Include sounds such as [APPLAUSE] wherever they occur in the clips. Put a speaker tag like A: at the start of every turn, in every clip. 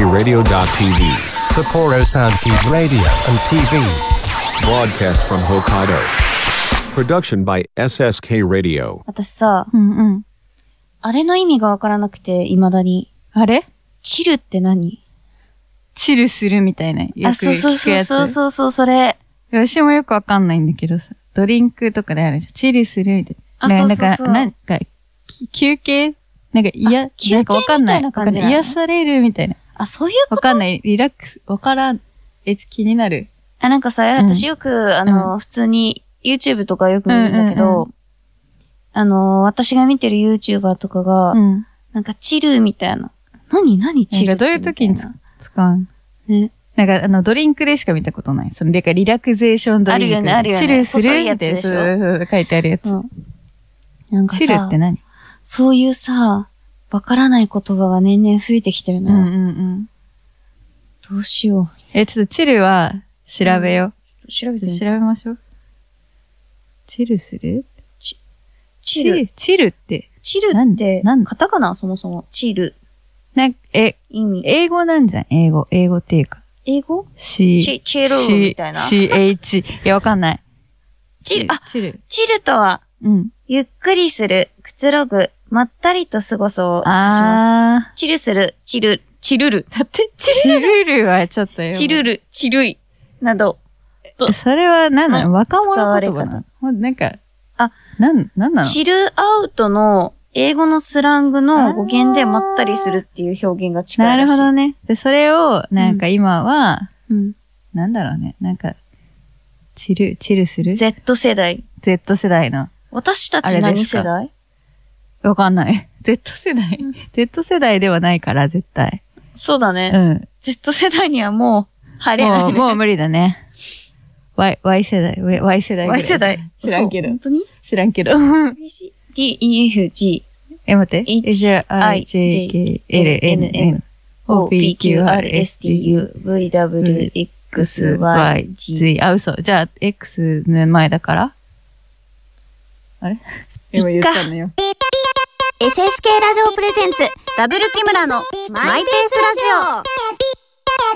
A: SSKRadio.tv.
B: Sapporo Soundkeep Radio and TV.
A: Broadcast from Hokkaido. Production by SSK Radio.
C: 私さ、
D: うんうん。
C: あれの意味がわからなくて、未だに。
D: あれ
C: チルって何
D: チルするみたいな。よ
C: あ、
D: く
C: そうそう
D: 聞く
C: そう
D: やつ。
C: そうそうそう、それ。
D: 私もよくわかんないんだけどさ。ドリンクとかであるじゃん。チルするみたい
C: あ
D: な。
C: そうそう
D: なん
C: そ
D: か、
C: う
D: なんか、き休憩なんか、いや、
C: 休憩
D: なんかわかんない。
C: みたいな感じなの
D: わかんない癒されるみたいな。
C: あ、そういうこ
D: わ
C: と
D: かん
C: [LAUGHS]
D: ない。リラックス。わからん。え、気になる。
C: あ、なんかさ、
D: ん
C: 私よく、あの、普通に YouTube とかよく見るんだけ
D: うんうん
C: ど、
D: う
C: あの、私が見てる YouTuber とかが、
D: うん。
C: なんかチルみたいな。何何チ
D: な
C: ルっ
D: んかど
C: て
D: ういう時に
C: みた
D: 使
C: な
D: 使う
C: ね。
D: なんか、あの、ドリンクでしか見たことない。その、でか、リラクゼーションドリンク。
C: あるよねあるよね
D: チルす
C: 細
D: る
C: いや
D: み
C: つ
D: たいな。
C: でしょ
D: そうそうそう書いてあるやつ
C: う。ん。なんか
D: チルっ
C: さ
D: て、何
C: そういうさ、わからない言葉が年々増えてきてる
D: う
C: の
D: んう
C: よ。
D: んうん。
C: どうしよ
D: え、ちょっとチルは調べよ
C: う。調べ
D: う。
C: てみ
D: 調
C: る
D: べましょう。チルする
C: チル。。
D: チルって、
C: チル
D: なん
C: って、
D: なん
C: カタカナそもそも。チル。
D: なんか、え、
C: 意味。
D: 英語なんじゃん英語。英語っていうか。
C: 英語
D: C、
C: チチェローみたいな
D: C、H。いや、わかんない。
C: チル、あ、
D: チル。
C: チルとは、
D: うん。
C: ゆっくりする、くつろぐ、まったりと過ごそうを指します。
D: あー。
C: チルする、チル、チルル。だって、チ
D: チルルはちょっとよ。
C: ル、チルル、チルイ。など。
D: それは何なの若者言葉
C: 使わ
D: なのなんか、
C: あ、
D: なん、なんなの
C: チルアウトの英語のスラングの語源でまったりするっていう表現が近
D: ないる
C: らし
D: ほ
C: い。
D: どね。で、それを、なんか今は、
C: うん。
D: なんだろうね。なんか、チル、チルする
C: Z 世代。
D: Z 世代の。
C: 私た
D: あ
C: ち
D: れ
C: 何
D: ですか
C: 世代
D: わかんない。Z [LAUGHS] 世代
C: うん
D: ?Z 世代ではないから、絶対。
C: そうだ
D: う
C: ね。
D: ん。
C: Z 世代にはもう入れな
D: も、
C: いうね。
D: もう無理だね。Y、Y 世代、Y- Y 世代ぐらい。
C: Y
D: [LAUGHS]
C: 世代。
D: 知らんけど
C: そう本。当に
D: 知らんけど。
C: D, E, F, G,
D: [LAUGHS] え、待って。
C: H
D: H,
C: I
D: I,
C: J
D: J,
C: K
D: K,
C: L
D: L,
C: N
D: N,
C: M
D: N,
C: O,
D: O,
C: P,
D: P,
C: Q,
D: Q,
C: R,
D: R,
C: S,
D: S,
C: T,
D: T,
C: U,
D: U,
C: V, W, X,
D: X,
C: Y,
D: Y,
C: G。
D: Z。あ、嘘。じゃあ、X の前だからあれ今言ったのよ。
E: SSK ラジオプレゼンツダブル木村のマイペースラジオ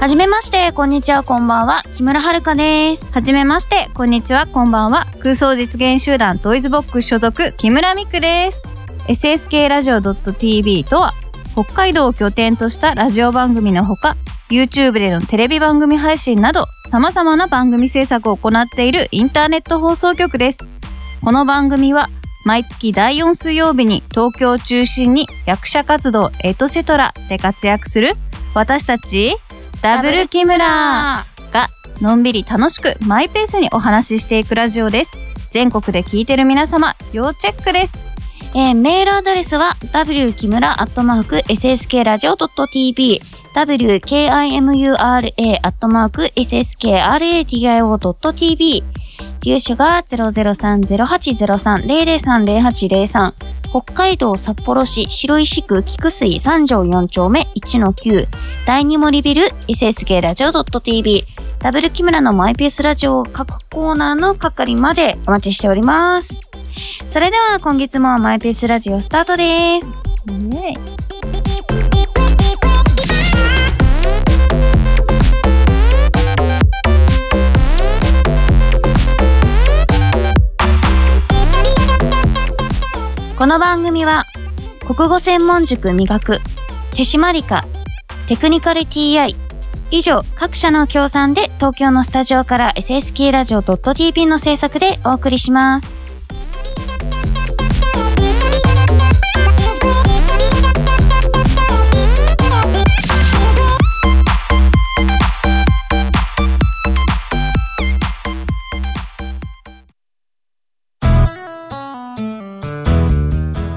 C: はじめまして、こんにちは、こんばんは。木村遥です。
F: はじめまして、こんにちは、こんばんは。空想実現集団トイズボックス所属、木村美久です。SSK ラジオ .tv とは、北海道を拠点としたラジオ番組のほか、YouTube でのテレビ番組配信など、様々な番組制作を行っているインターネット放送局です。この番組は、毎月第4水曜日に東京を中心に役者活動エトセトラで活躍する私たちダブル木村のんびり楽しくマイペースにお話ししていくラジオです。全国で聞いてる皆様、要チェックです。
C: えーメールアドレスは w 木村アットマーク sskradio.tv wkimura アットマーク sskradio.tv 住所が003-0803-003-0803北海道札幌市白石区菊水三条四丁目1の9第二森ビル sskradio.tv ダブル木村のマイペースラジオ各コーナーの係までお待ちしております。それでは今月もマイペースラジオスタートです。この番組は国語専門塾磨く手締まりかテクニカル TI 以上各社の協賛で東京のスタジオから SSK ラジオ .tv の制作でお送りします。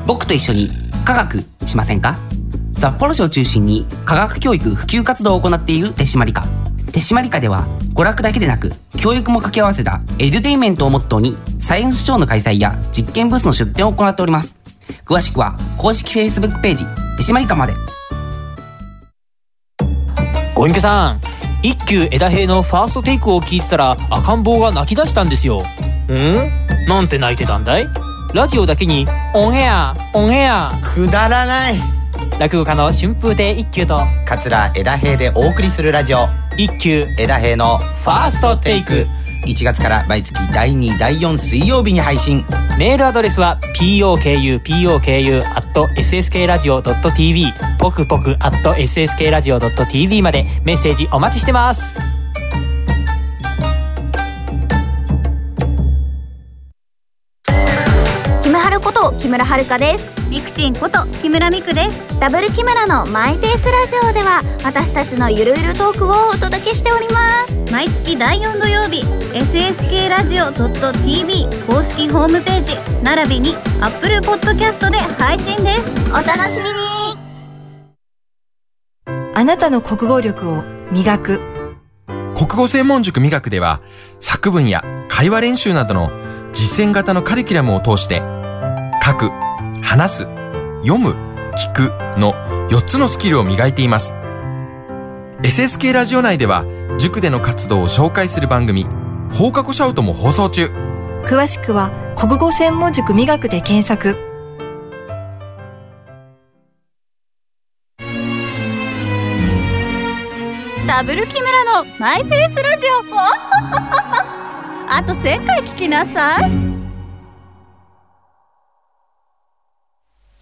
G: 僕と一緒に科学しませんか札幌市を中心に科学教育普及活動を行っている手締まり課手締まり課では娯楽だけでなく教育も掛け合わせたエデュテイメントをモットーにサイエンスショーの開催や実験ブースの出展を行っております詳しくは公式 Facebook ページ手締まり課まで
H: ゴミケさん一休枝平のファーストテイクを聞いてたら赤ん坊が泣き出したんですようんなんて泣いてたんだいラジオだけにオンエアオンエア
I: くだらない
H: 落語家の春風亭一休と
I: 桂枝平でお送りするラジオ
H: 一休
I: 枝平のファーストテイク1月から毎月第2第4水曜日に配信
H: メールアドレスは pokupoku.sskradio.tv ポクポク .sskradio.tv までメッセージお待ちしてます
E: キムハルこと木村遥ですみくちんこと木村みくですダブル木村のマイペースラジオでは私たちのゆるゆるトークをお届けしております毎月第4土曜日 SSK ラジオ .tv 公式ホームページ並びに Apple Podcast で配信ですお楽しみに
J: あなたの国語力を磨く
K: 国語専門塾美学では作文や会話練習などの実践型のカリキュラムを通して書く、話す、読む、聞くの4つのスキルを磨いています。SSK ラジオ内では塾での活動を紹介する番組放課後シャウトも放送中。
J: 詳しくは国語専門塾美学で検索
E: ダブル木村のマイペースラジオあと1000回聞きなさい
C: 今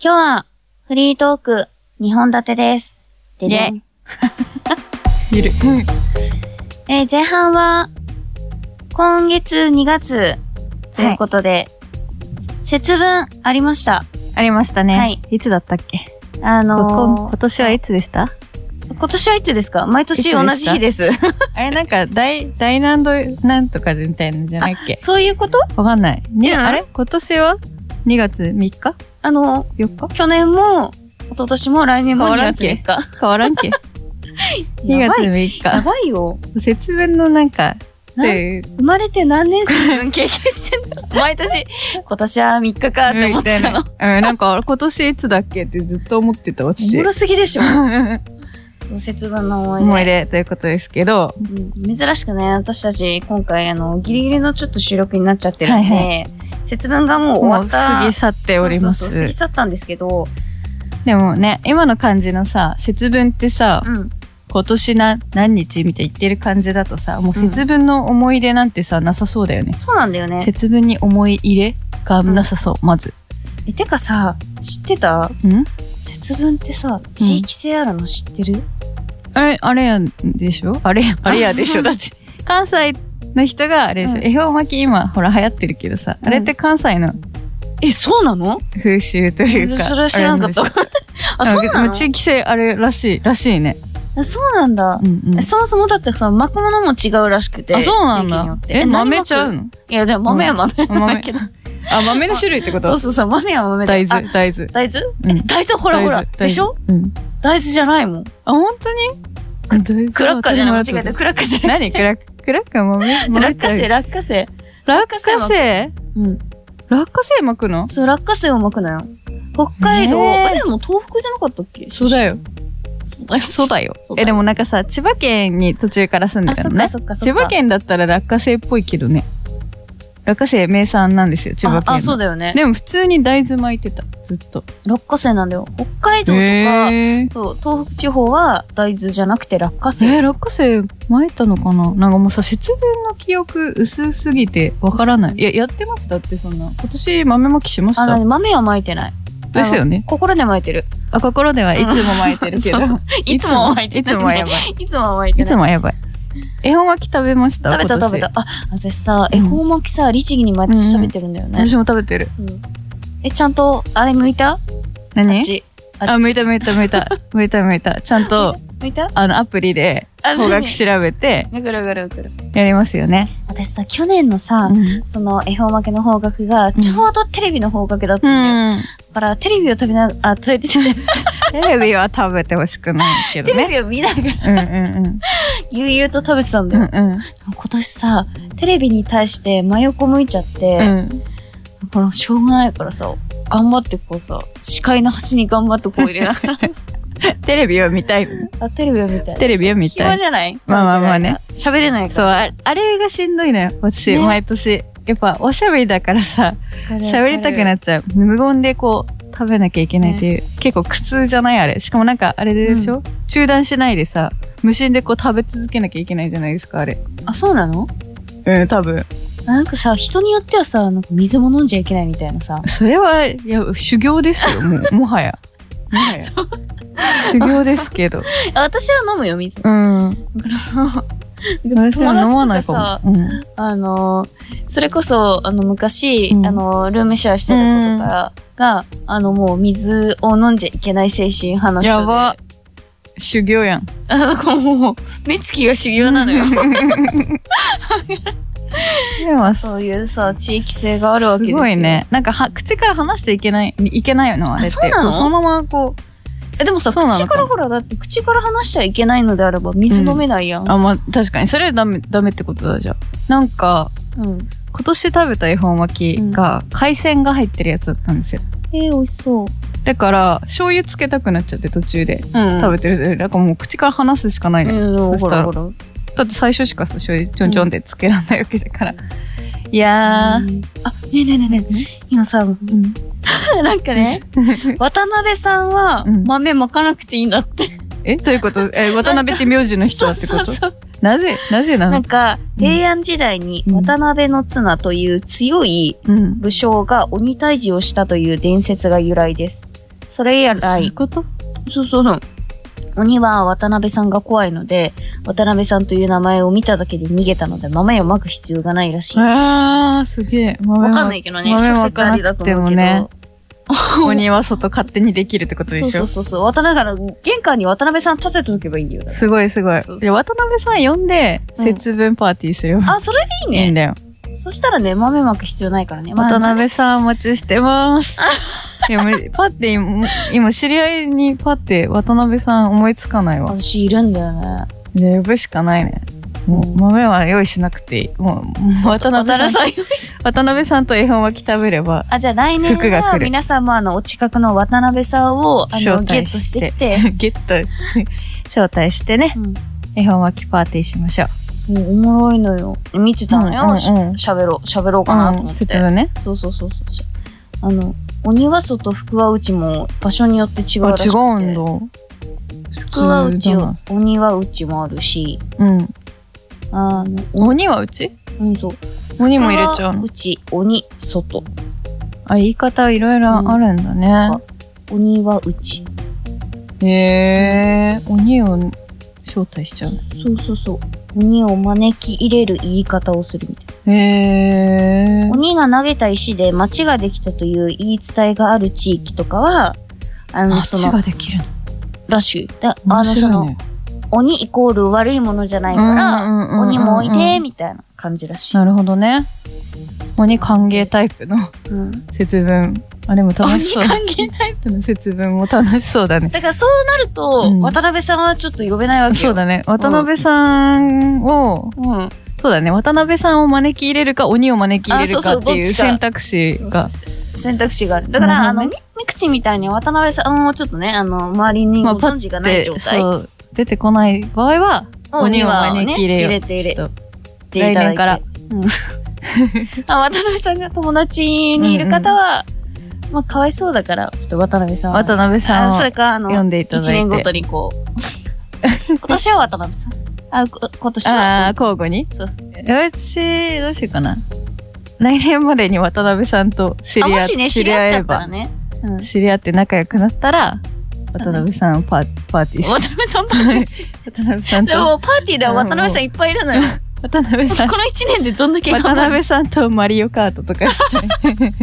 C: 日はフリートーク2本立てです。でね
D: イェイゆ
C: [LAUGHS]
D: る。
C: えー前半は、今月2月ということで、節分ありました。
D: ありましたね。
C: はい。
D: いつだったっけ、
C: あ
D: こ
C: の
D: 今年はいつでした
C: ー、今年はいつですか毎年同じ日です。
D: あれなんか、大、大難度、なんとかみたいなんじゃないっけ
C: [LAUGHS] そういうこと
D: わかんない。ね、
C: うん
D: あれ今年は ?2 月3日
C: あの、
D: ?4 日
C: 去年も、一昨年も来年も
D: 変
C: 2
D: わらん
C: 月3
D: け
C: 日。
D: 変わらんけ ?2 月
C: やばい
D: 3
C: や
D: 日。
C: ばいよ。
D: 節分のなんか、
C: な
D: で
C: 生まれて何年
D: [LAUGHS]
C: 生経験してんの毎年、今年は3日かって思ってたの。
D: うん、なんか、今年いつだっけってずっと思ってた
C: お
D: 私
C: も。ろすぎでしょ節分の思い出。
D: 思い出ということですけど、
C: うん珍しくね、私たち今回あの、ギリギリのちょっと収録になっちゃってるんで、
D: はい
C: 節分がもう終
D: も
C: わ
D: う
C: った。
D: 過ぎ去っておりま
C: そうそうそう過ぎ
D: す。
C: 去ったんですけど、
D: でもね、今の感じのさ、節分ってさ、
C: うん。
D: 今年な何日みたいに言ってる感じだとさ、もう節分の思い出なんてさ、なさそうだよね。
C: そうなんだよね。
D: 節分に思い入れがなさそう、まず。
C: え、てかさ、知ってた
D: ん
C: 節分ってさ、地域性あるの知ってる、
D: あれ、あれやんでしょあれや、あれやでしょだって、関西の人があれでしょ、
C: うん
D: 恵方巻き今、ほら流行ってるけどさ、
C: ん
D: あれって関西の
C: え、そうなの
D: 風習というか。
C: それは知らんかった
D: あれんでしょ。
C: [LAUGHS] あ、そうな
D: まあ
C: の
D: 地域性あるらしい、らしいね。
C: あそうなんだ
D: う。んうん。
C: そもそもだってその巻くものも違うらしくて。
D: あ、そうなん
C: 地域によ
D: だ
C: っ。て
D: え、豆ちゃう
C: 何巻
D: の
C: くいや、でも豆は豆
D: うん
C: なんだけど。
D: あ、豆の種類ってこ
C: そ
D: と
C: うそうそう、豆は豆だ
D: 大
C: よ。
D: 豆、大豆
C: あ。大豆
D: うん
C: 大豆ほらほら。
D: 大豆
C: でしょ
D: うん。
C: 大豆じゃないもん。
D: あ、本当に大豆
C: クラッカーじゃない。間違えた。
D: た。
C: クラッカーじゃない。
D: 何クラッカー、クラッカー豆
C: 落花生、
D: 落
C: 落花生。
D: 花生
C: うん。
D: 落花生巻くの
C: そう、落花生を巻くのよ。北海道、
D: ねえ
C: あれでも東北じゃなかったっけ
D: そうだよ。
C: そうだよ。
D: [LAUGHS] そうだよ
C: そう。だよ
D: え、でもなんかさ、千葉県に途中から住んで
C: あ、
D: た
C: そ
D: の
C: っか
D: ね。
C: そっかそっか。
D: 千葉県だったら落花生っぽいけどね。落花生名産なんですよ、千葉県の。
C: あ、あそうだよね。
D: でも普通に大豆巻いてた、ずっと。
C: 落花生なんだよ。北海道とか、
D: えー。
C: そう、東北地方は大豆じゃなくて落花
D: え
C: 生。
D: ー落花生巻いたのかななんかもうさ、節分の記憶薄すぎてわからない。いや、やってますだってそんな。今年豆巻きしまし
C: あの
D: た
C: ね、豆は巻いてない。
D: ですよね。
C: 心で巻いてる。
D: あ、心ではいつも巻いてるけど。
C: うん [LAUGHS] そういつも巻いて
D: いつ
C: ない。
D: もやばい。
C: [LAUGHS] い。いつも巻いて
D: い
C: ない
D: つ。もやばい。恵方巻き食べました
C: 食べた食べ。た
D: 今。
C: あ、私さ、
D: うん
C: 恵方巻きさ、律儀に毎年食べてるんだよ
D: 年
C: ね。
D: 私も食べてる。
C: うんえ、ちゃんと、あれ剥いたあ
D: 何
C: っち。
D: あ、
C: 向
D: 向いた向いた向い
C: [LAUGHS]
D: た。向いた向いた。ちゃんと、
C: 剥いた
D: あの、アプリで、
C: あ
D: 方
C: そうね
D: 角調べて、
C: ぐるぐるぐる。
D: やりますよね。
C: 私さ、去年の
D: う
C: さ、
D: ん。
C: その恵方巻きの方角が、ちょうどテレビの方角だったんだよ。だから、テレビを食べながら、あ、そうやって、テ
D: テレビは食べてほしくないけど
C: レ
D: ね。
C: ビを見ながら、
D: うんうんうん。
C: 悠々と食べてたんだ
D: う
C: よ。
D: んうん。
C: 今年さ、テレビに対して真横向いちゃって、
D: うん。
C: このしょうがないからさ、頑張ってこうさ、視界の端に頑張ってこう入
D: [LAUGHS]
C: れながら、
D: テレビを見たい。
C: あ、テレビを見たい。
D: テレビを見た
C: 暇
D: い。
C: じゃない
D: まあまあまあね。
C: 喋れないか
D: そう、
C: ら。
D: ああれがしんどいのよ。私、
C: ね
D: 毎年。やっぱ、おしゃべりだからさ、喋りたくな
C: っ
D: っちゃう。無言でこう、食べなきゃいけないっていう、結構苦痛じゃないあれしかもなんかあれでしょ、中断しないでさ無心でこう食べ続けなきゃいけないじゃないですかあれ
C: あ、そうなの
D: うん多分
C: なんかさ、人によってはさ、なんか水も飲んじゃいけないみたいなさ。
D: [LAUGHS] それはいや修行です
C: [LAUGHS]
D: よもうもはやもはや修行ですけ
C: [LAUGHS]
D: ど
C: 私は飲むよ、水。
D: うん私
C: 友
D: は
C: 達
D: 飲
C: と
D: まないか
C: さ
D: も、うん、
C: [LAUGHS] あのーそれこそ、あの、昔、
D: うん
C: あのー、ルームシェアしてた子とかが、あの、もう水を飲んじゃいけない精神派の人で。
D: やば修行
C: [LAUGHS]
D: やん
C: あの子もう、目つきが修行なのよ。
D: でも
C: そういうさ、地域性があるわけですよ
D: ごい。ねなんかは口から話していけないいけないのあれって
C: あそうなの
D: こそのままこ
C: えでもさ、
D: そうなのか
C: 口からほら、だって口から話しちゃいけないのであれば、水飲めないやん。
D: うあまあ確かにそれはダメダメってことだじゃんなんか
C: うん。
D: 今年食べた恵方巻きが海鮮が入ってるやつだったんですよ
C: えー、美味しそう。
D: だから醤油つけたくなっちゃって途中で
C: うん
D: 食べてるだからもう口から話すしかないのよ
C: うん、
D: そ
C: ほ
D: した
C: ら
D: ら
C: ほら。
D: だって最初しかさ醤油ちょんちょんでつけられないわけだから、いやー、
C: あ、ねえねえねえねえ。今さ、 [LAUGHS] なんかね、渡辺さんは
D: うん
C: 豆まかなくていいんだって。
D: えどういうことえ渡辺って名字の人だってこと
C: そう。
D: なぜなぜな
C: な
D: の
C: んか、平安時代に
D: うん
C: 渡辺の綱という強い
D: うん
C: 武将が鬼退治をしたという伝説が由来です。それ以
D: そういう
C: 来、
D: こと
C: そうそうそう。鬼は渡辺さんが怖いので、渡辺さんという名前を見ただけで逃げたので、豆をまく必要がないらしい。わ
D: あーすげえわ
C: かんないけどね、
D: 豆
C: 諸
D: ま
C: 説あ
D: か
C: りだ
D: なく
C: と
D: て
C: 思う
D: も
C: けど。
D: ね鬼は外勝手にできるってことで
C: そう
D: しょ
C: そうそうそう。渡だから、玄関に渡辺さん立てておけばいいんだよ。だか
D: すごいすごい
C: そうそう
D: じゃあ渡辺さん呼んで
C: うん
D: 節分パーティーするよ、
C: らあ、それでいいね。
D: いいんだよ
C: そしたらね、豆まく必要ないからね。
D: 渡辺さんお待ちして [LAUGHS] ます。いや、もうパって今、今知り合いにパって渡辺さん思いつかないわ。
C: 私いるんだよね。
D: じゃあ呼ぶしかないね。もう豆は用意しなくていい。もう、もう渡辺さん、
C: さん。
D: 渡辺さんと絵本巻き食べれば、 [LAUGHS]
C: あ、じゃあ来年
D: 服が来
C: は
D: る
C: 皆さんもあの、お近くの渡辺さんを、あ
D: 招
C: の、ゲッ
D: 待
C: トし
D: して
C: てきて、
D: ゲット、 [LAUGHS] 招待してね、
C: うん
D: 絵本巻きパーティーしましょう。
C: もうおもろいのよ。見てたの
D: うんうんう
C: よ。
D: ん
C: し喋ろう、喋ろうかなと思っ
D: 節
C: て。
D: 分ね。
C: そうそうそうそう。しあの、鬼は外、福は内も場所によって違う
D: あ、
C: らしく
D: 違
C: て。
D: うんだ。
C: 福は内
D: 普通だ
C: は、鬼は内もあるし、
D: うん。
C: あの、
D: 鬼はうち
C: うんそう。
D: 鬼も入れちゃうの
C: う。ち、鬼、外。
D: あ、言い方いろいろあるんだね。
C: 鬼は内。
D: へえ、鬼を招待しちゃう
C: そうそうそう。鬼を招き入れる言い方をするみたい
D: の。へえ
C: な。。鬼が投げた石で町ができたという言い伝えがある地域とかは、あの、
D: あ、
C: そ
D: 血
C: の、
D: ができるの。
C: らしい。であ
D: 面
C: の、そ
D: 白い
C: の
D: ね、。
C: 鬼イコール悪いものじゃないから、
D: うんうんうんうんうん
C: 鬼もおいで、みたいな感じらしい。
D: なるほどね。鬼歓迎タイプの
C: うん
D: 節分。あ、でも楽
C: 鬼
D: しそう。
C: 関係ない。
D: タイプの節分も楽しそうだね。
C: だからそうなると、
D: うん
C: 渡辺さんはちょっと呼べないわけよ。
D: そう。だね。渡辺さんを、
C: うん。
D: そうだね。渡辺さんを招き入れるか、鬼を招き入れるかってい
C: あそうそうどっ
D: う
C: ちか
D: 選択肢が。
C: 選択肢がある。だから、
D: な
C: あ
D: るほ
C: の、
D: ど
C: みみくちみたいに渡辺さんをちょっとね、あの、周りにご
D: まあパッ
C: 存知がない状態。
D: そう。出てこない場合は、鬼を招き入れよう。
C: 入れて入れ
D: ちょっと
C: ていただ
D: 来年
C: いて。
D: から
C: うん。
D: [LAUGHS]
C: あ渡辺さんが友達にいる方は、まあ、かわいそうだから、ちょっと渡辺さんは。
D: 渡辺さん
C: あ
D: を
C: それか、あの、
D: 読んでいただいて。
C: 一年ごとにこう。
D: [LAUGHS]
C: 今年は渡辺さん。あ、こ今年
D: ああ、
C: は。
D: 交互に
C: そうそう
D: 私、どうしようかな。来年までに渡辺さんと知
C: あ
D: り合
C: も
D: っ
C: しね、知
D: 知
C: り
D: り
C: 合っ
D: 合
C: ちゃ
D: え
C: った
D: ば
C: ら、ね。うん。
D: 知り合って仲良くなったら、渡辺さんをパーパーティ [LAUGHS] ーし
C: 渡辺さんばっかり。
D: 渡辺さん
C: で
D: と、
C: も、パーティーでは渡辺さんいっぱいいるのよ。
D: 渡辺さん、
C: この一年でどんだけ頑張る
D: 渡辺さんとマリオカートとかして。
C: [LAUGHS]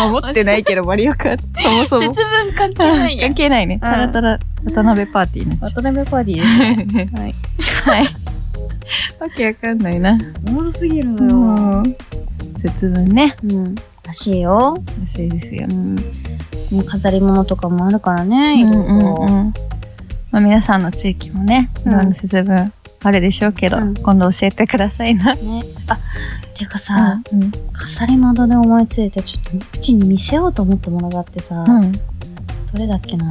D: 守ってないけど、マリオカート。そもそも。
C: 節分関係ないや
D: 関係ないね。たらたら渡辺パーティーになっちゃう。
C: 辺パーティー
D: はい。はい。わけわかんないな。
C: おもろすぎるよ。
D: うん。節分ね。
C: うん。らしいよ。
D: らしいですよ
C: う。ん。もう飾り物とかもあるからね、い
D: うん
C: ろ
D: う
C: いろ。
D: んうんまあ、皆さんの地域もね、い
C: うん
D: ろんな節分あるでしょうけど、
C: うん
D: 今度教えてくださいな。 [LAUGHS]
C: ね。あ、てかさ、
D: うんうん
C: 飾り窓で思いついて、ちょっと口に見せようと思ったものがあってさ、
D: うん、
C: どれだっけな。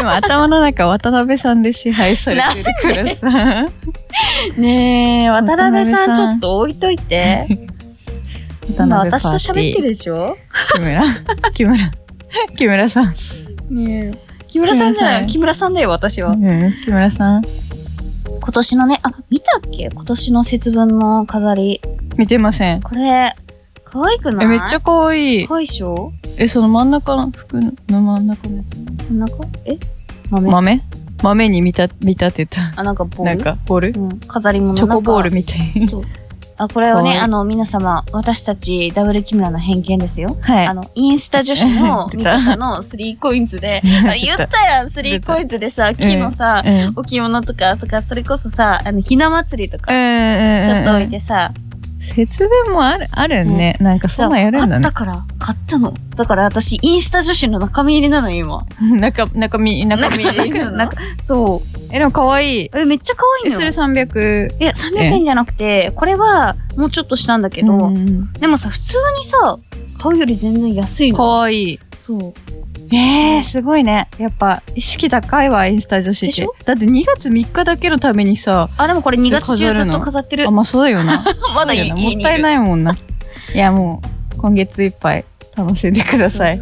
D: 今頭の中渡辺さんで支配されてるからさ。 [LAUGHS]
C: ねえ、渡辺さん
D: 渡辺
C: ち
D: さん
C: ょっと置いといて。今私と喋ってるでしょ
D: [LAUGHS] 木村。木村。木村さん。
C: ねえ木村さんじゃない木
D: 木
C: 村さんだよ、私は。
D: うん、木村さん。
C: 今年のね、あ、見たっけ今年の節分の飾り。
D: 見てません。
C: これ、可愛くない
D: え、めっちゃ可愛い。
C: 可愛いでしょ
D: え、その真ん中の服の真ん中のや
C: 真ん中え
D: つ。
C: 豆
D: 豆豆に見た、見立てた。
C: あ、なんかボー
D: なん
C: ル
D: か、ボール
C: うん、飾り物
D: チョコボールみたい。
C: い。そうあ、これを
D: かわい
C: ね、
D: い
C: あの、皆様、私たち、ダブル木村の偏見ですよ。
D: [LAUGHS] はい。 [LAUGHS]
C: あの、インスタ女子 [LAUGHS] の
D: 出
C: 味
D: た
C: 方のスリーコインズ [LAUGHS] で、
D: 出た
C: あ言ったやん、スリーコインズでさ、木のさ、 [LAUGHS]
D: うん。うん
C: 置物とか、とか、それこそさ、あの、ひな祭りとか、ち
D: うん
C: ょっと
D: うん
C: 置いてさ、
D: 節分もある、あるね。なんかそんなんやるんだね
C: あった。から、買ったの。だから私、インスタ女子の中身入りなの、今。
D: [LAUGHS] 中、中身、中身。
C: なんか、そう。
D: え、でも可愛い。
C: え、めっちゃ可愛い
D: え、
C: の
D: そ
C: よ
D: れ。300。
C: いや、300円じゃなくて、これは、もうちょっとしたんだけど、
D: うん
C: でもさ、普通にさ、買うより全然安いの。
D: 可愛い。
C: そう。
D: えー、すごいね。やっぱ、意識高いわ、インスタ女子っ
C: でしてょ。
D: だって2月3日だけのためにさ、
C: あ、でもこれ2月中
D: 飾る
C: ず
D: の
C: っと飾ってる
D: あ、。まあそうだよな。
C: [LAUGHS] まだ
D: そうだ
C: 家
D: よな
C: にい
D: もったいないもんな。いや、もう、今月いっぱい楽しんでください。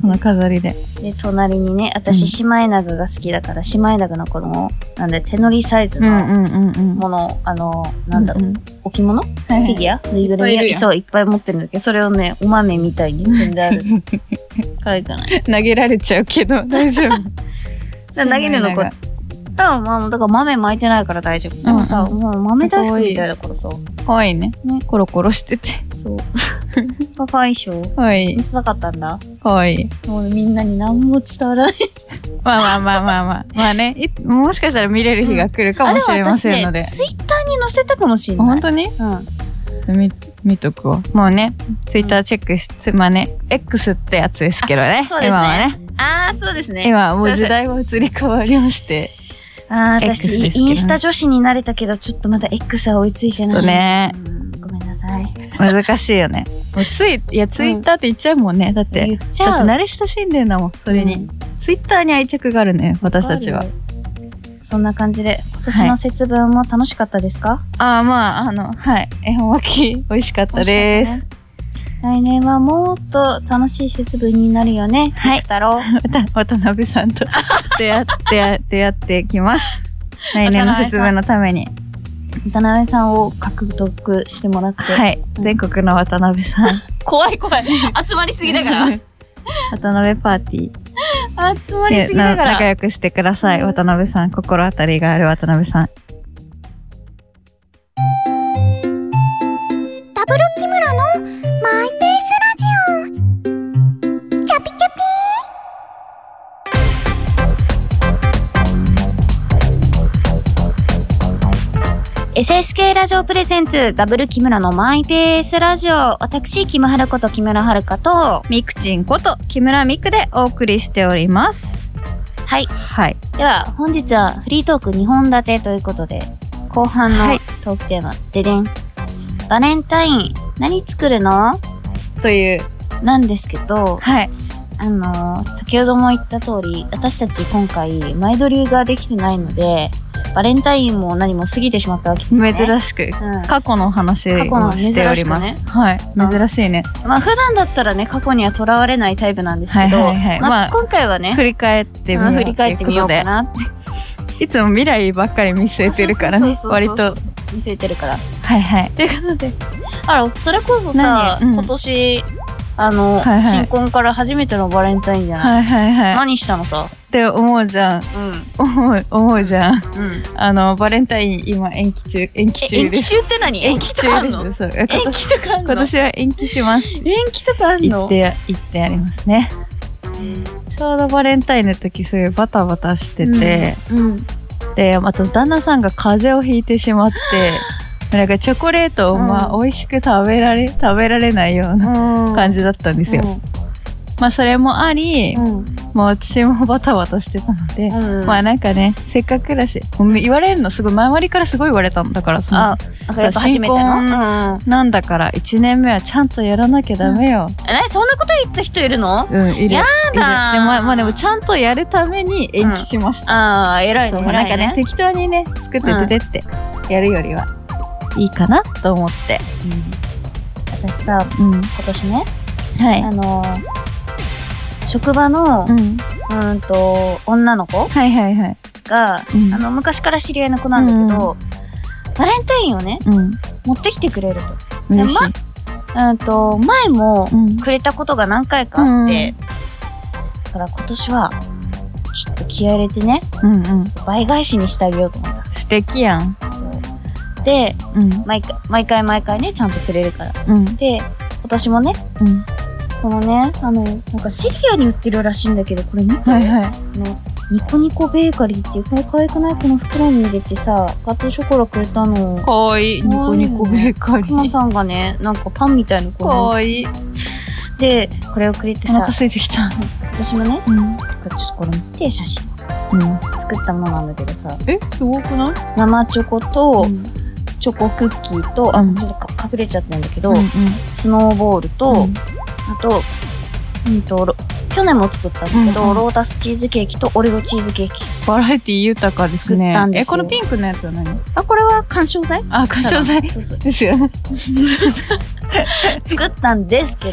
D: その飾りで。
C: る。で、隣にね、私、
D: うん
C: シマエナガが好きだから、シマエナガの子供、なんで、手乗りサイズ
D: うんう
C: の
D: んうんうん。
C: もの、あの、なんだろう、
D: う。
C: 置物フ
D: はい
C: ィギュアぬいぐる
D: いっぱいいる
C: み
D: や
C: を、
D: ん
C: そう、いっぱい持ってるんだけど、それをね、お豆みたいに積んである。 [LAUGHS] 可愛くない
D: 投げられちゃうけ
C: [LAUGHS]
D: ど、大丈夫。
C: だから投げるのこうあまあ、だから豆巻いてないから大丈夫。でもさ、
D: うんう
C: もう豆大福みたいだからさ、
D: 可愛いね。
C: ね
D: コロコロしてて。
C: 可愛いでしょ
D: 可愛い
C: 見。せなかったんだ。
D: 可愛い。
C: もうみんなに何も伝わらない。
D: まあまあまあまあまあ。まあね、いもしかしたら見れる日が来るか
C: あ
D: も
C: れ
D: しれませんので。
C: ツイッターに載せたかもしれ
D: あ
C: な
D: 本
C: い。
D: 当に
C: うん。
D: 見、見とくわ。もうね、ツイッターチェックし、つまあね、X ってやつですけどね。
C: そうですね
D: 今はね。
C: ああ、そうですね。
D: 今はもう時代は移り変わりまして。
C: ああ、
D: X
C: 私、
D: ですけどね
C: インスタ女子になれたけど、ちょっとまだ X は追いついて
D: ちょっ
C: な
D: と
C: い。
D: ね、
C: うん。ごめんなさい。
D: 難しいよね。もうつい、いや、ツイッターって言っちゃうもんね。だって、
C: 言っち
D: だ
C: ゃ
D: っ
C: う。
D: て慣れ親しんでるんだもん、それに。
C: うん
D: ツイッターに愛着があるね、私たちは。。
C: そんな感じで、今年の節分も楽しかったですか、
D: ああ、まあ、あの、はい。恵方巻き、美味しかった
C: 楽
D: で
C: しかっ
D: す。
C: たね来年はもっと楽しい節分になるよね。はい。太郎。
D: また [LAUGHS] 渡辺さんと出会って、出会ってき
C: [LAUGHS]
D: ます。来年の節分のために。
C: 渡辺さんを獲得してもらって。
D: はい。全国の渡辺
C: [LAUGHS]
D: さん。
C: 怖い怖い。集まりすぎだから。。
D: [LAUGHS] 渡辺パーティー。
C: [LAUGHS] 集まり
D: です
C: ぎだか
D: な仲
C: ら。
D: 良くしてください。渡辺さん。心当たりがある渡辺さん。
E: ダブル木村のマイペースラジオキャピキャピ
C: エ SSK ラジオプレゼンツ、ダブル木村のマイペースラジオ。私、木村ること木村遥と。
D: みくちんこと木村みくでお送りしております。
C: はい。
D: はい。
C: では、本日はフリートーク2本立てということで、後半の
D: はい
C: トークテーマ、ででん。バレンタイン、何作るの
D: という。
C: なんですけど、
D: はい。
C: あのー先ほども言った通り、私たち今回、前撮りができてないので、バレンタインも何も過ぎてしまったわけですね。
D: 珍しく。
C: うん
D: 過去の話をしております。はい。珍しいね。
C: まあ普段だったらね過去にはとらわれないタイプなんですけど、
D: はいはいはい
C: まあ
D: まあ
C: 今回はね
D: 振り返ってみ
C: う
D: よ
C: ん
D: う。
C: 振り返ってみようか。なって
D: いつも未来ばっかり見据えてるからね
C: そうそうそう
D: 割
C: そう
D: と
C: 見据えてるから。
D: はいはい
C: ということであらそれこそさ、
D: 何うん
C: 今年あ
D: は
C: の、
D: いはい
C: 新婚から初めてのバレンタインじゃない、
D: はいはいはいっ
C: 何したのさ
D: て思うじゃん
C: う
D: 思う思うじゃん
C: ん、うん、
D: あのバレンタイン今延期中延期
C: え延
D: 中で
C: 期
D: す
C: 中って何延期とかあんの
D: ですそう
C: 延期とかあんの
D: 今年は延期します
C: 延期とかあん
D: 行っ
C: の
D: て行ってありますねちょうどバレンタインの時そういうバタバタしてて、
C: うん
D: であと旦那さんが風邪をひいてしまってなんかチョコレートをまあ美味しく食べられ食べられないような感じだったんですよ、まあそれもあり、
C: うんうん
D: まあ私もバタバタしてたので、
C: うん
D: まあなんかねせっかくだしもう言われるのすごい周りからすごい言われたんだからその
C: あやっぱ初めての、
D: 新
C: うん、
D: なんだから1年目はちゃんとやらなきゃダメよ、
C: えそんなこと言った人いるの
D: うんいる
C: や
D: いるで
C: だー
D: まあまあでもちゃんとやるために延期しました、
C: ああ偉い
D: そ
C: ね
D: う
C: 偉いね
D: なんかね適当にね作って出てって、やるよりはいいかなと思って、
C: 私さ
D: うん
C: 今年ね
D: はい、
C: あの職場の、うんと、女の子
D: はいはいはい。
C: が、
D: うん
C: あの、昔から知り合いの子なんだけど、バレンタインをね、
D: うん。
C: 持ってきてくれると。
D: 嬉しい。
C: うんと、前もくれたことが何回かあって、だから今年は、ちょっと気合い入れてね、
D: うんうん。
C: 倍返しにしてあげようと思っ
D: 素敵やん。
C: て、で
D: うん
C: 毎回、毎回毎回ね、ちゃんとくれるから。
D: うん
C: で、今年もね、
D: うん。
C: このね、あの、なんかセリアに売ってるらしいんだけど、これ見て、
D: はいはい。
C: あの、ニコニコベーカリーっていう、これ可愛くないこの袋に入れてさ、ガトーショコラくれたの。
D: かわいい。ニコニコベーカリ
C: クマ
D: ー。
C: さんがね、なんかパンみたいな
D: か
C: こ
D: わいい。
C: うで、これをくれて
D: お
C: さ
D: 腹、空いてきた。
C: 私もね、
D: うん。
C: これちょっとこれ見て、写真。
D: うん。
C: 作ったものなんだけどさ、
D: え、すごくない
C: 生チョコと
D: うん
C: チョコクッキー
D: う
C: と、
D: ん
C: あ、ちょっとか隠れちゃってんだけど、
D: うん
C: スノーボールと、
D: うん
C: あと、うんと、ロ去年も作ったんだけど、
D: うんうん
C: ロータスチーズケーキとオレゴチーズケーキ。
D: バラエティ豊かですね
C: 作ったん。ですよ
D: え、このピンクのやつは何
C: あ、これは干渉剤
D: あ、歌唱剤
C: そうそう
D: ですよね。
C: 作ったんですけ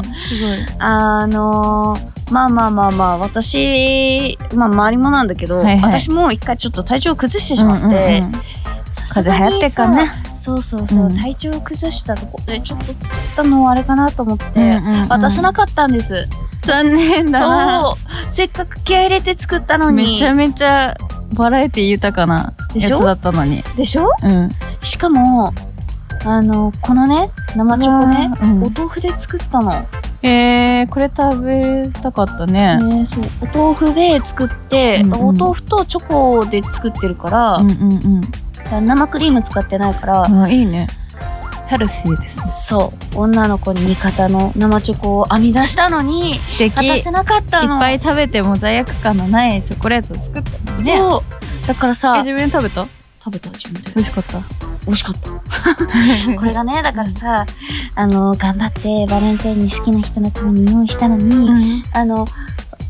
D: うんすごい。
C: あのーまあまあまあまあ、私、まあ周りもなんだけど、
D: はいはい
C: 私も一回ちょっと体調を崩してしまって、
D: うんうんうん風邪流行ってっかね。
C: そうそうそう、
D: うん
C: 体調を崩したとこで、ちょっと作ったのはあれかなと思って、
D: うんうん
C: 渡さなかったんです。
D: 残念だな。
C: そう。せっかく気合い入れて作ったのに。
D: めちゃめちゃバラエティ豊かな
C: で
D: や
C: し
D: つ
C: ょ
D: だったのに。
C: でしょ
D: うん。
C: しかも、あの、このね、生チョコね、
D: うん
C: お豆腐で作ったの。
D: え
C: ね、
D: ー、これ食べたかったね。
C: そう。お豆腐で作って、
D: うんうん
C: お豆腐とチョコで作ってるから、
D: うんうんうん。
C: 生クリーム使ってないから、
D: あ、いいね。ヘルシーです。
C: そう。女の子に味方の生チョコを編み出したのに、
D: 素敵。
C: 渡
D: いっ
C: せなかったの。
D: ぱい食べても罪悪感のないチョコレートを作ったのね。
C: そう。だから
D: え、
C: さ
D: 自、分で食べ [LAUGHS] た
C: 食べた自分で。
D: 美味しかった。
C: 美味しかった。これがね、だからさ、あの、頑張ってバレンタインに好きな人のために用意したのに、
D: うん
C: あの、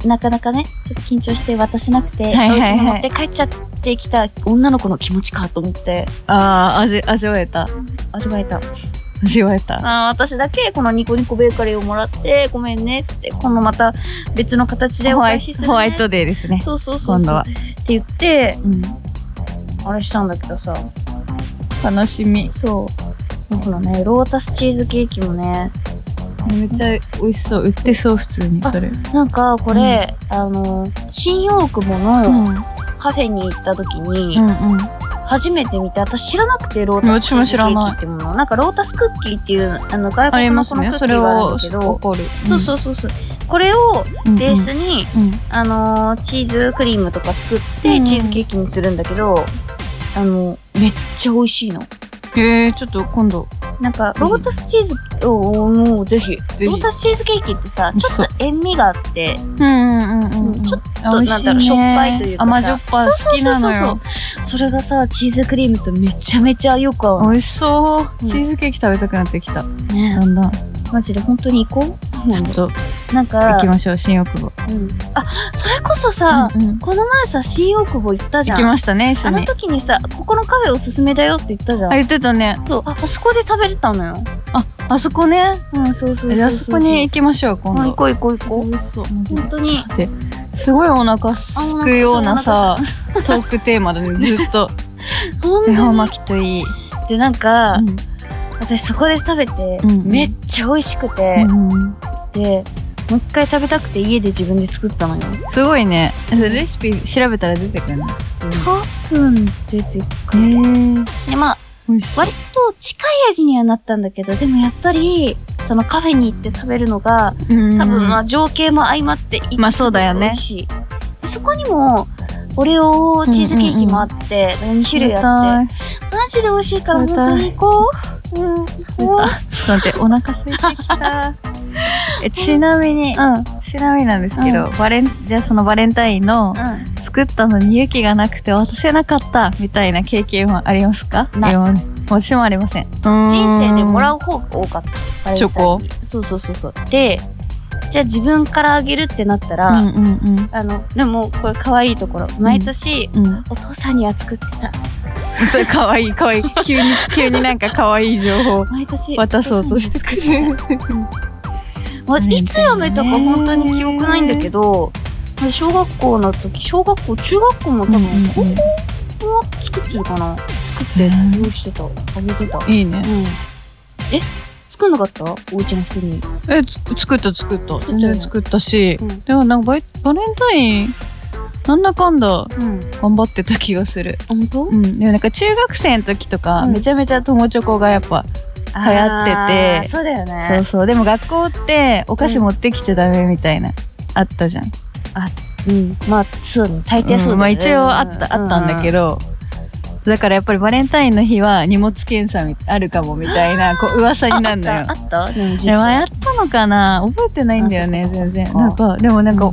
C: なかなかね、ちょっと緊張して渡せなくて、
D: はいはいはい
C: お家に持って帰っちゃってきた女の子の気持ちかと思って、
D: あー、味、味わえた。
C: 味わえた。
D: 味わえた。
C: あー私だけこのニコニコベーカリーをもらって、ごめんね、つって、今度また別の形でお
D: ホワ
C: 返
D: イ
C: し
D: ト
C: する、ね。
D: ホワイトデーですね。
C: そうそうそうそう。
D: 今度は。
C: って言って、
D: うん。
C: あれしたんだけどさ、
D: 楽しみ。
C: そう。だからね、ロータスチーズケーキもね、
D: めっちゃ美味しそう。売ってそう、普通に。
C: あ
D: それ。
C: なんかこれ、あの新大久保のカフェに行った時に
D: うん
C: 初めて見て、私知らなくてロー
D: いや
C: タス
D: 私
C: クッ
D: も
C: キ
D: 知らない
C: ーっていうものなんかロータスクッキーっていうあの外
D: あり
C: 国
D: ま
C: のこ
D: す
C: の
D: ね。
C: クッキ
D: それ
C: ーがあるん
D: を
C: だけ
D: 怒
C: ど
D: る。
C: そうそうそうそうこれを
D: うん。
C: ベースに、
D: うん。
C: あのチーズクリームとか作って、
D: うん
C: チーズケーキにするんだけどあのめっちゃ美味しいの
D: へえ、ちょっと今度。
C: なんか
D: ぜひ
C: ロータスチーズをもうぜひ
D: ひ
C: ロータスチーズケーキってさ
D: 美味
C: ち
D: し
C: ょ
D: そう
C: っと塩味があって
D: うんうんうんうん。
C: ちょっ
D: と
C: なんだろうしょっぱいというかさ
D: 甘じょっぱい好きなの
C: そう
D: よ。
C: それがさ、チーズクリームとめちゃめちゃよく合うの
D: 美味しそう。
C: うん
D: チーズケーキ食べたくなってきた。だ
C: ね。
D: んだん。ち
C: マジで本当に行こう
D: ょっと
C: なんか
D: 行き、ましょう、新大久保。
C: うんあ、それこそさ、
D: うんうん
C: この前さ、新大久保行ったじ
D: 行
C: ゃ
D: き
C: ん。
D: ましたね、一緒
C: あの
D: に。
C: 時にさ、ここのカフェおすすめだよって言ったじゃん。
D: あ、言ってたね。
C: そう、ああそこで食べれたのよ。
D: あそこね。
C: うん、そうそうそう
D: えあそこに行きましょう、今
C: もう
D: 度
C: 行。こう行こう行こ
D: 美味しそう。
C: 本当に
D: ちょっと待ってすごいお腹すくようなさ、トークテーマだね、ずっと。
C: う。ほん
D: 恵方
C: に。
D: 巻きといい。
C: で、なんか、
D: うん
C: 私そこで食べて、
D: うん
C: めっちゃ美味しくて、で、もう一回食べたくて家で自分で作ったのよ。
D: すごいね。レシピ調べたら出てくるね。
C: 多分出てくる。
D: ー、
C: で、まあ、
D: 美味しそう
C: 割。と近い味にはなったんだけどでもやっぱりそのカフェに行って食べるのが多
D: 多
C: 分まあ情景も相まっていつ
D: まあそうだよね
C: 美味しいでそこにもオレオチーズケーキもあって、2種類あって
D: て。
C: マジで美味しいから本
D: 食べたい
C: 当に行こう、うん、おー
D: ちょっと待って、お腹空いてき [LAUGHS] た。えちなみに、ちなみになんですけど、バレン、じゃあそのバレンタインの
C: う
D: 作ったのに勇気がなくて渡せなかったみたいな経験はありますか
C: ない
D: や私もありません。
C: ん、人生でもら
D: う
C: う方が多かった
D: チョコ
C: そうそうそうそうでじゃあ自分からあげるってなったら、
D: ーん。うんうんうん。
C: あのでもこれ可愛いところ毎年、
D: うん、
C: お父さんには作ってた
D: それかわいいかわいい急に急になんかかわいい情報
C: 毎年
D: 渡そうとしてくる
C: 私いつやめたか本当に記憶ないんだけど、小学校の時、小学校、中学校も多分、高校も作ってるかな。作って、用意してた。あげてた。
D: いいね。
C: え作んなかったお家の人に。
D: えつ作った作った絶対作ったし、でもなんかバイバレンタインなんだかんだ頑張ってた気がする、
C: 本当
D: うんでもなんか中学生の時とか、めちゃめちゃ友チョコがやっぱ流行って
C: あー
D: て
C: そうだよね
D: そうそうでも学校ってお菓子持ってきちゃダメみたいな、あったじゃん
C: あうんまあそうね大抵そうだよね
D: まあ一応あった、
C: うん
D: あったんだけど、だからやっぱりバレンタインの日は荷物検査みあるかもみたいなこう噂になるのよ
C: あったあったでも実
D: でも
C: 際
D: やったのかな覚えてないんだよね全然なんかでもなんか、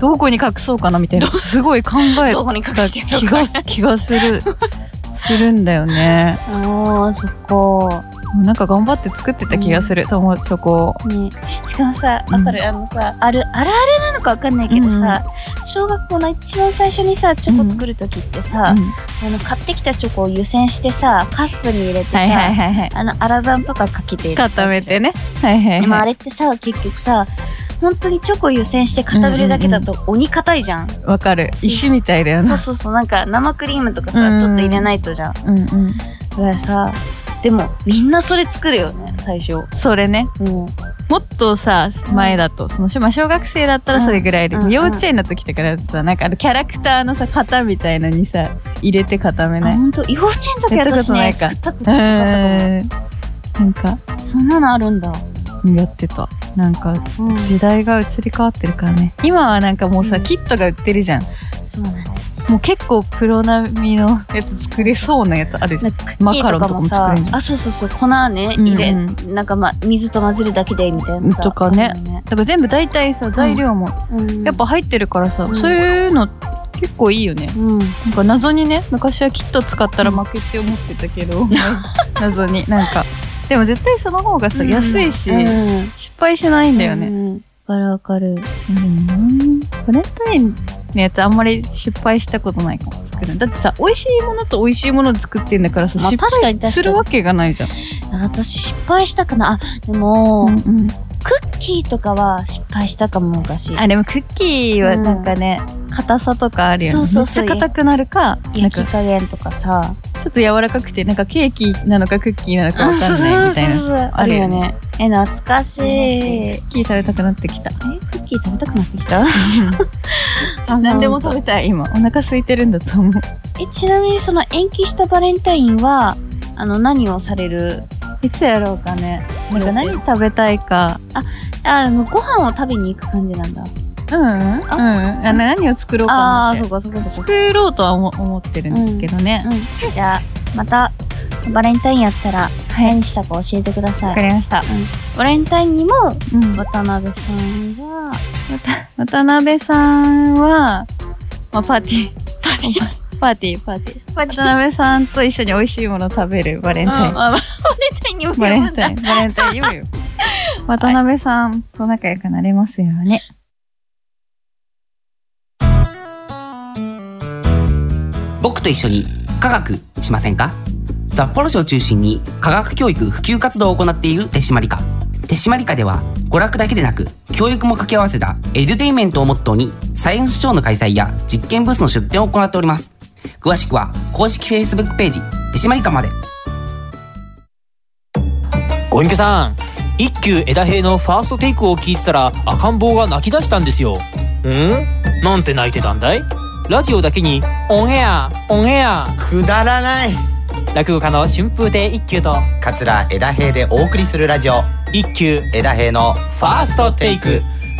D: どこに隠そうかなみたいなすごい考え
C: どこに隠
D: た
C: してる
D: 気が気がするするんだよね
C: あーそっ
D: かなんか頑張って作ってた気がする、友チョコを
C: ねしかもさ
D: うん
C: わかる、あのさあるあるあるなのかわかんないけどさ、小学校の一番最初にさチョコ作る時ってさ、あの買ってきたチョコを湯煎してさカップに入れてさ、
D: はいはいはいはい
C: あのアラザンとかかけて
D: 固めてねはいはい、はい、
C: でもあれってさ結局さ本当にチョコ湯煎して固めるだけだと鬼硬いじゃん,、
D: わかる石みたいだよね
C: そうそうそうなんか生クリームとかさ、
D: うん
C: ちょっと入れないとじゃんだか
D: うんうん
C: らさでもみんなそれ作るよね最初
D: それね、もっとさ前だと、そのまあ小学生だったらそれぐらいで、
C: うんうん
D: 幼稚園の時とかだとさなんかあのキャラクターのさ型みたいのにさ入れて固めない
C: 本当幼稚園の時
D: やったこと
C: 私ね
D: ないか
C: 作ったことなかったかも
D: うーんなんか
C: そんなのあるんだ
D: やってたなんか時代が移り変わってるからね、今はなんかもうさ、キットが売ってるじゃん
C: そうなんだ
D: もう結構プロ並みのやつ作れそうなやつあるじゃんマカロンとかも作れるじゃん
C: あそうそうそう粉ね
D: うん
C: 入れ、なんかまあ水と混ぜるだけでみたいなさ
D: とかねだから全部大体さ材料もやっぱ入ってるからさ、そういうの結構いいよね、
C: なん
D: か謎にね昔はキット使ったら負けって思ってたけ
C: [LAUGHS]
D: ど、謎になんかでも絶対その方がさ、
C: うん
D: 安いし、
C: うん
D: 失敗しないんだよね、
C: わかるわかるでも
D: バレンタインのやつあんまり失敗したことないかも作るのだってさ美味しいものと美味しいもの作ってんだからさ、
C: まあ
D: 失
C: 確かに確か
D: 敗
C: に
D: するわけがないじゃん
C: 私失敗したかなあでも、クッキーとかは失敗したかも昔
D: あでもクッキーはなんかね、硬さとかあるよね
C: そうそうそう
D: めっちゃ硬くなるか
C: 焼き加減とかさ
D: ちょっと柔らかくてなんかケーキなのかクッキーなのかわかんないみたい
C: あそうそうそうそう
D: なあるよね
C: え懐かしい
D: クッキー食べたくなってきた
C: えクッキー食べたくなってきた
D: あ何でも食べたい今お腹空いてるんだと思う
C: えちなみにその延期したバレンタインはあの何をされる
D: いつやろうかねなんか何食べたいか
C: ああのご飯を食べに行く感じなんだ
D: うんうんあの何を作ろうかなって
C: あーそうかそうかそうか
D: 作ろうとは思思ってるんですけどね、
C: うんじゃあまたバレンタインやったら何したか教えてください、
D: わかりました、
C: バレンタインにも渡辺さんが
D: 渡辺さんは、まあ、パーティーパーティーパーティー
C: パーティー
D: 渡辺さんと一緒に美味しいものを食べるバレンタイン、
C: うんあバレンタインにも
D: バレンタインバレンタイン
C: よ
D: [LAUGHS] よ渡辺さんと仲良くなれますように、
G: 僕と一緒に科学しませんか札幌市を中心に科学教育普及活動を行っている手締まり課手締まり課では娯楽だけでなく教育も掛け合わせたエデュテインメントをモットーにサイエンスショーの開催や実験ブースの出展を行っております詳しくは公式 Facebook ページ手締まり課まで
H: ご隠居さん一休枝平のファーストテイクを聞いてたら赤ん坊が泣き出したんですようんなんて泣いてたんだいラジオだけにオンエアオンエア
I: くだらない
H: 落語家の春風亭一休と
I: 桂枝平でお送りするラジオ
H: 一休
I: 枝平のファーストテイク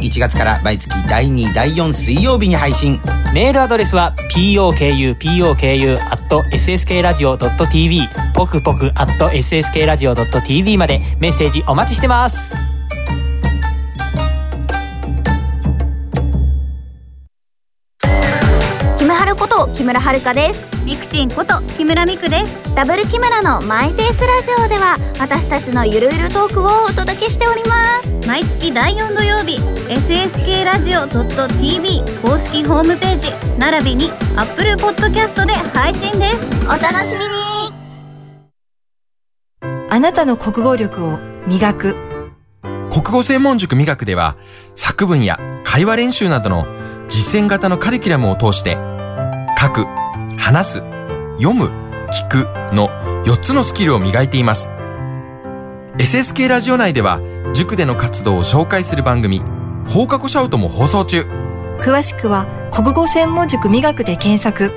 I: 1月から毎月第2第4水曜日に配信
H: メールアドレスは pokupoku.sskradio.tv ポクポク .sskradio.tv までメッセージお待ちしてます
E: キムハルこと木村遥ですミクチンこと木村ミクですダブル木村のマイペースラジオでは私たちのゆるゆるトークをお届けしております毎月第4土曜日 SSK ラジオ .tv 公式ホームページ並びに Apple Podcast で配信ですお楽しみに
J: あなたの国語力を磨く
K: 国語専門塾美学では、作文や会話練習などの実践型のカリキュラムを通して、書く、話す、読む、聞くの4つのスキルを磨いています。SSK ラジオ内では、塾での活動を紹介する番組、放課後シャウトも放送中。
J: 詳しくは国語専門塾美学で検索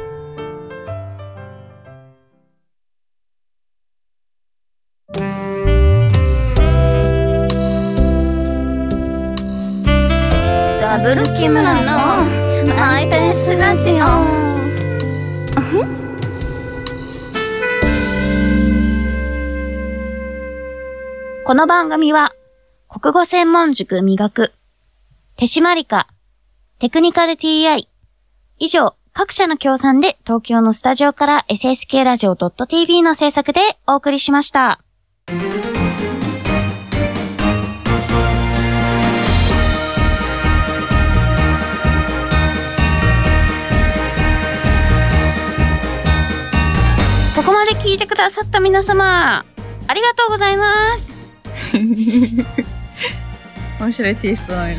L: ダブル木村のマイペースラジオ
M: この番組は、国語専門塾磨く、手締まりか、テクニカル TI、以上、各社の協賛で東京のスタジオから SSK ラジオ .tv の制作でお送りしました。ここまで聞いてくださった皆様、ありがとうございます。
D: 面白いテイストなのに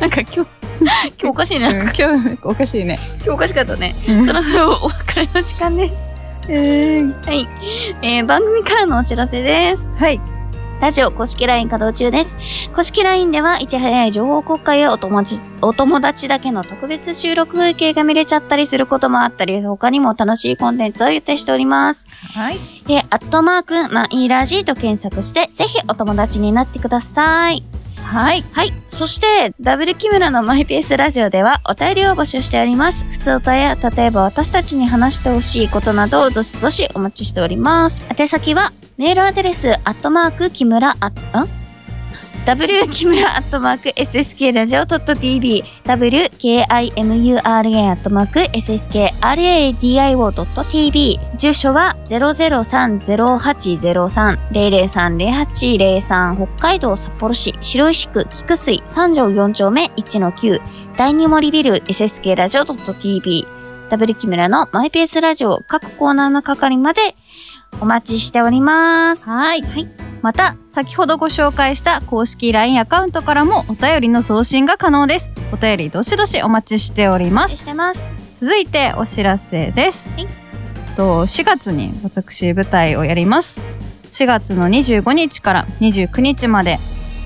D: なんか急 [LAUGHS] になんか今日
M: 今日おかしいね。今
D: 日おかしいね。
M: 今日おかしかったね。そろそろお別れの時間です。はい、えー。番組からのお知らせです。
D: はい。
M: ラジオ公式 LINE 稼働中です。公式 LINE では、いち早い情報公開やお友達お友達だけの特別収録風景が見れちゃったりすることもあったり、他にも楽しいコンテンツを予定しております。
D: はい。
M: で、アットマーク、マイラジーと検索して、ぜひお友達になってください。
D: はい。
M: はい。そして、ダブル木村のマイペースラジオではお便りを募集しております。普通歌や、例えば私たちに話してほしいことなど、どしどしお待ちしております。宛先は、メールアドレス、アットマーク、木村、あ、ん w 木村アットマーク SSK ラジオ .tv w k i m u r a アットマーク SSK radio.tv 住所は003080300303803北海道札幌市白石区菊水3条4丁目1の9第二森ビル SSK ラジオ .tv w 木村のマイペースラジオ各コーナーの係までお待ちしております。
F: はい。
M: はい。
F: また、先ほどご紹介した公式 LINE アカウントからもお便りの送信が可能です。お便りどしどしお待ちしており
M: お
F: ま
M: 待ち
F: す
M: し。てます。
F: 続いてお知らせです。
M: はい
F: と4月に私舞台をやります。4月の25日から29日まで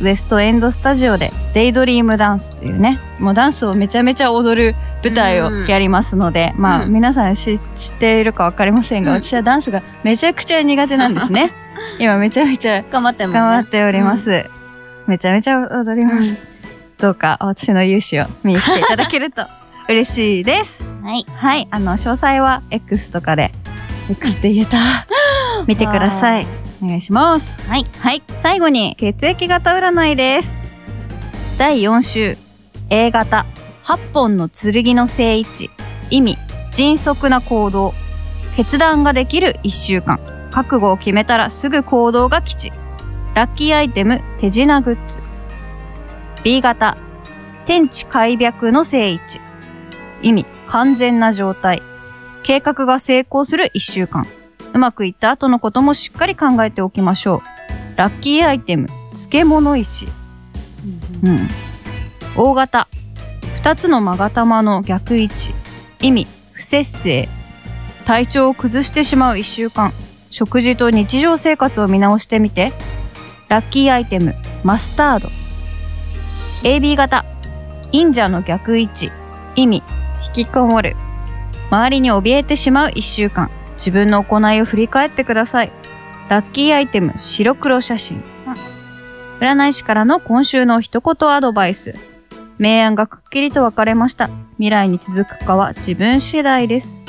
F: ウエストエンドスタジオでデイドリームダンスというね、もうダンスをめちゃめちゃ踊る舞台をやりますので、まあ、
M: うん
F: 皆さん知知っているかわかりませんが、
M: うん
F: 私はダンスがめちゃくちゃ苦手なんですね。今めちゃめちゃ
M: 頑張っても、
F: 頑張っております。めちゃめちゃ踊ります。どうか私の勇姿を見に来ていただける [LAUGHS] と嬉しいです。
M: はい。
F: はい、あの、詳細は X とかで、X って言えた。 [LAUGHS] 見てください。お願いします。
M: はい。
F: はい、最後に血液型占いです。第4週、A 型、8本の剣の正位置、意味、迅速な行動、決断ができる1週間、覚悟を決めたらすぐ行動が吉、ラッキーアイテム、手品グッズ。B 型、天地開闢の正位置、意味、完全な状態。計画が成功する1週間。うまくいった後のこともしっかり考えておきましょう。ラッキーアイテム、漬物石。うん。大型、二つの勾玉の逆位置。意味、不節制。体調を崩してしまう1週間。食事と日常生活を見直してみて。ラッキーアイテム、マスタード。AB 型、忍者の逆位置。意味、引きこもる周りに怯えてしまう1週間自分の行いを振り返ってくださいラッキーアイテム白黒写真占い師からの今週の一言アドバイス明暗がくっきりと分かれました未来に続くかは自分次第です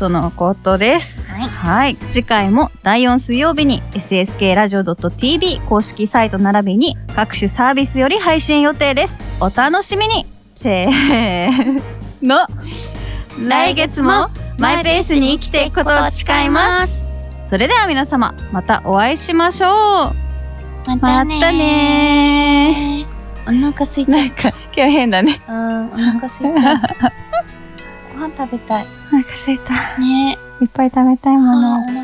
F: とのことです
M: はい
F: 次回も第4水曜日に SSK ラジオ .tv 公式サイト並びに各種サービスより配信予定ですお楽しみにせーの来月もマイペースに生きていくことを誓いますそれでは皆様またお会いしましょう
M: ま
F: ま
M: ねー
F: た [LAUGHS] ね
M: お腹すい
F: ー
M: ちゃ
F: な
M: うん
F: か今日変だね
M: うん、お腹すいた。
E: [LAUGHS]
M: ご飯食べたい。
F: お腹すいた
M: ね
F: いっぱい食べたい
M: え。
F: も
M: あ
F: の
M: ーお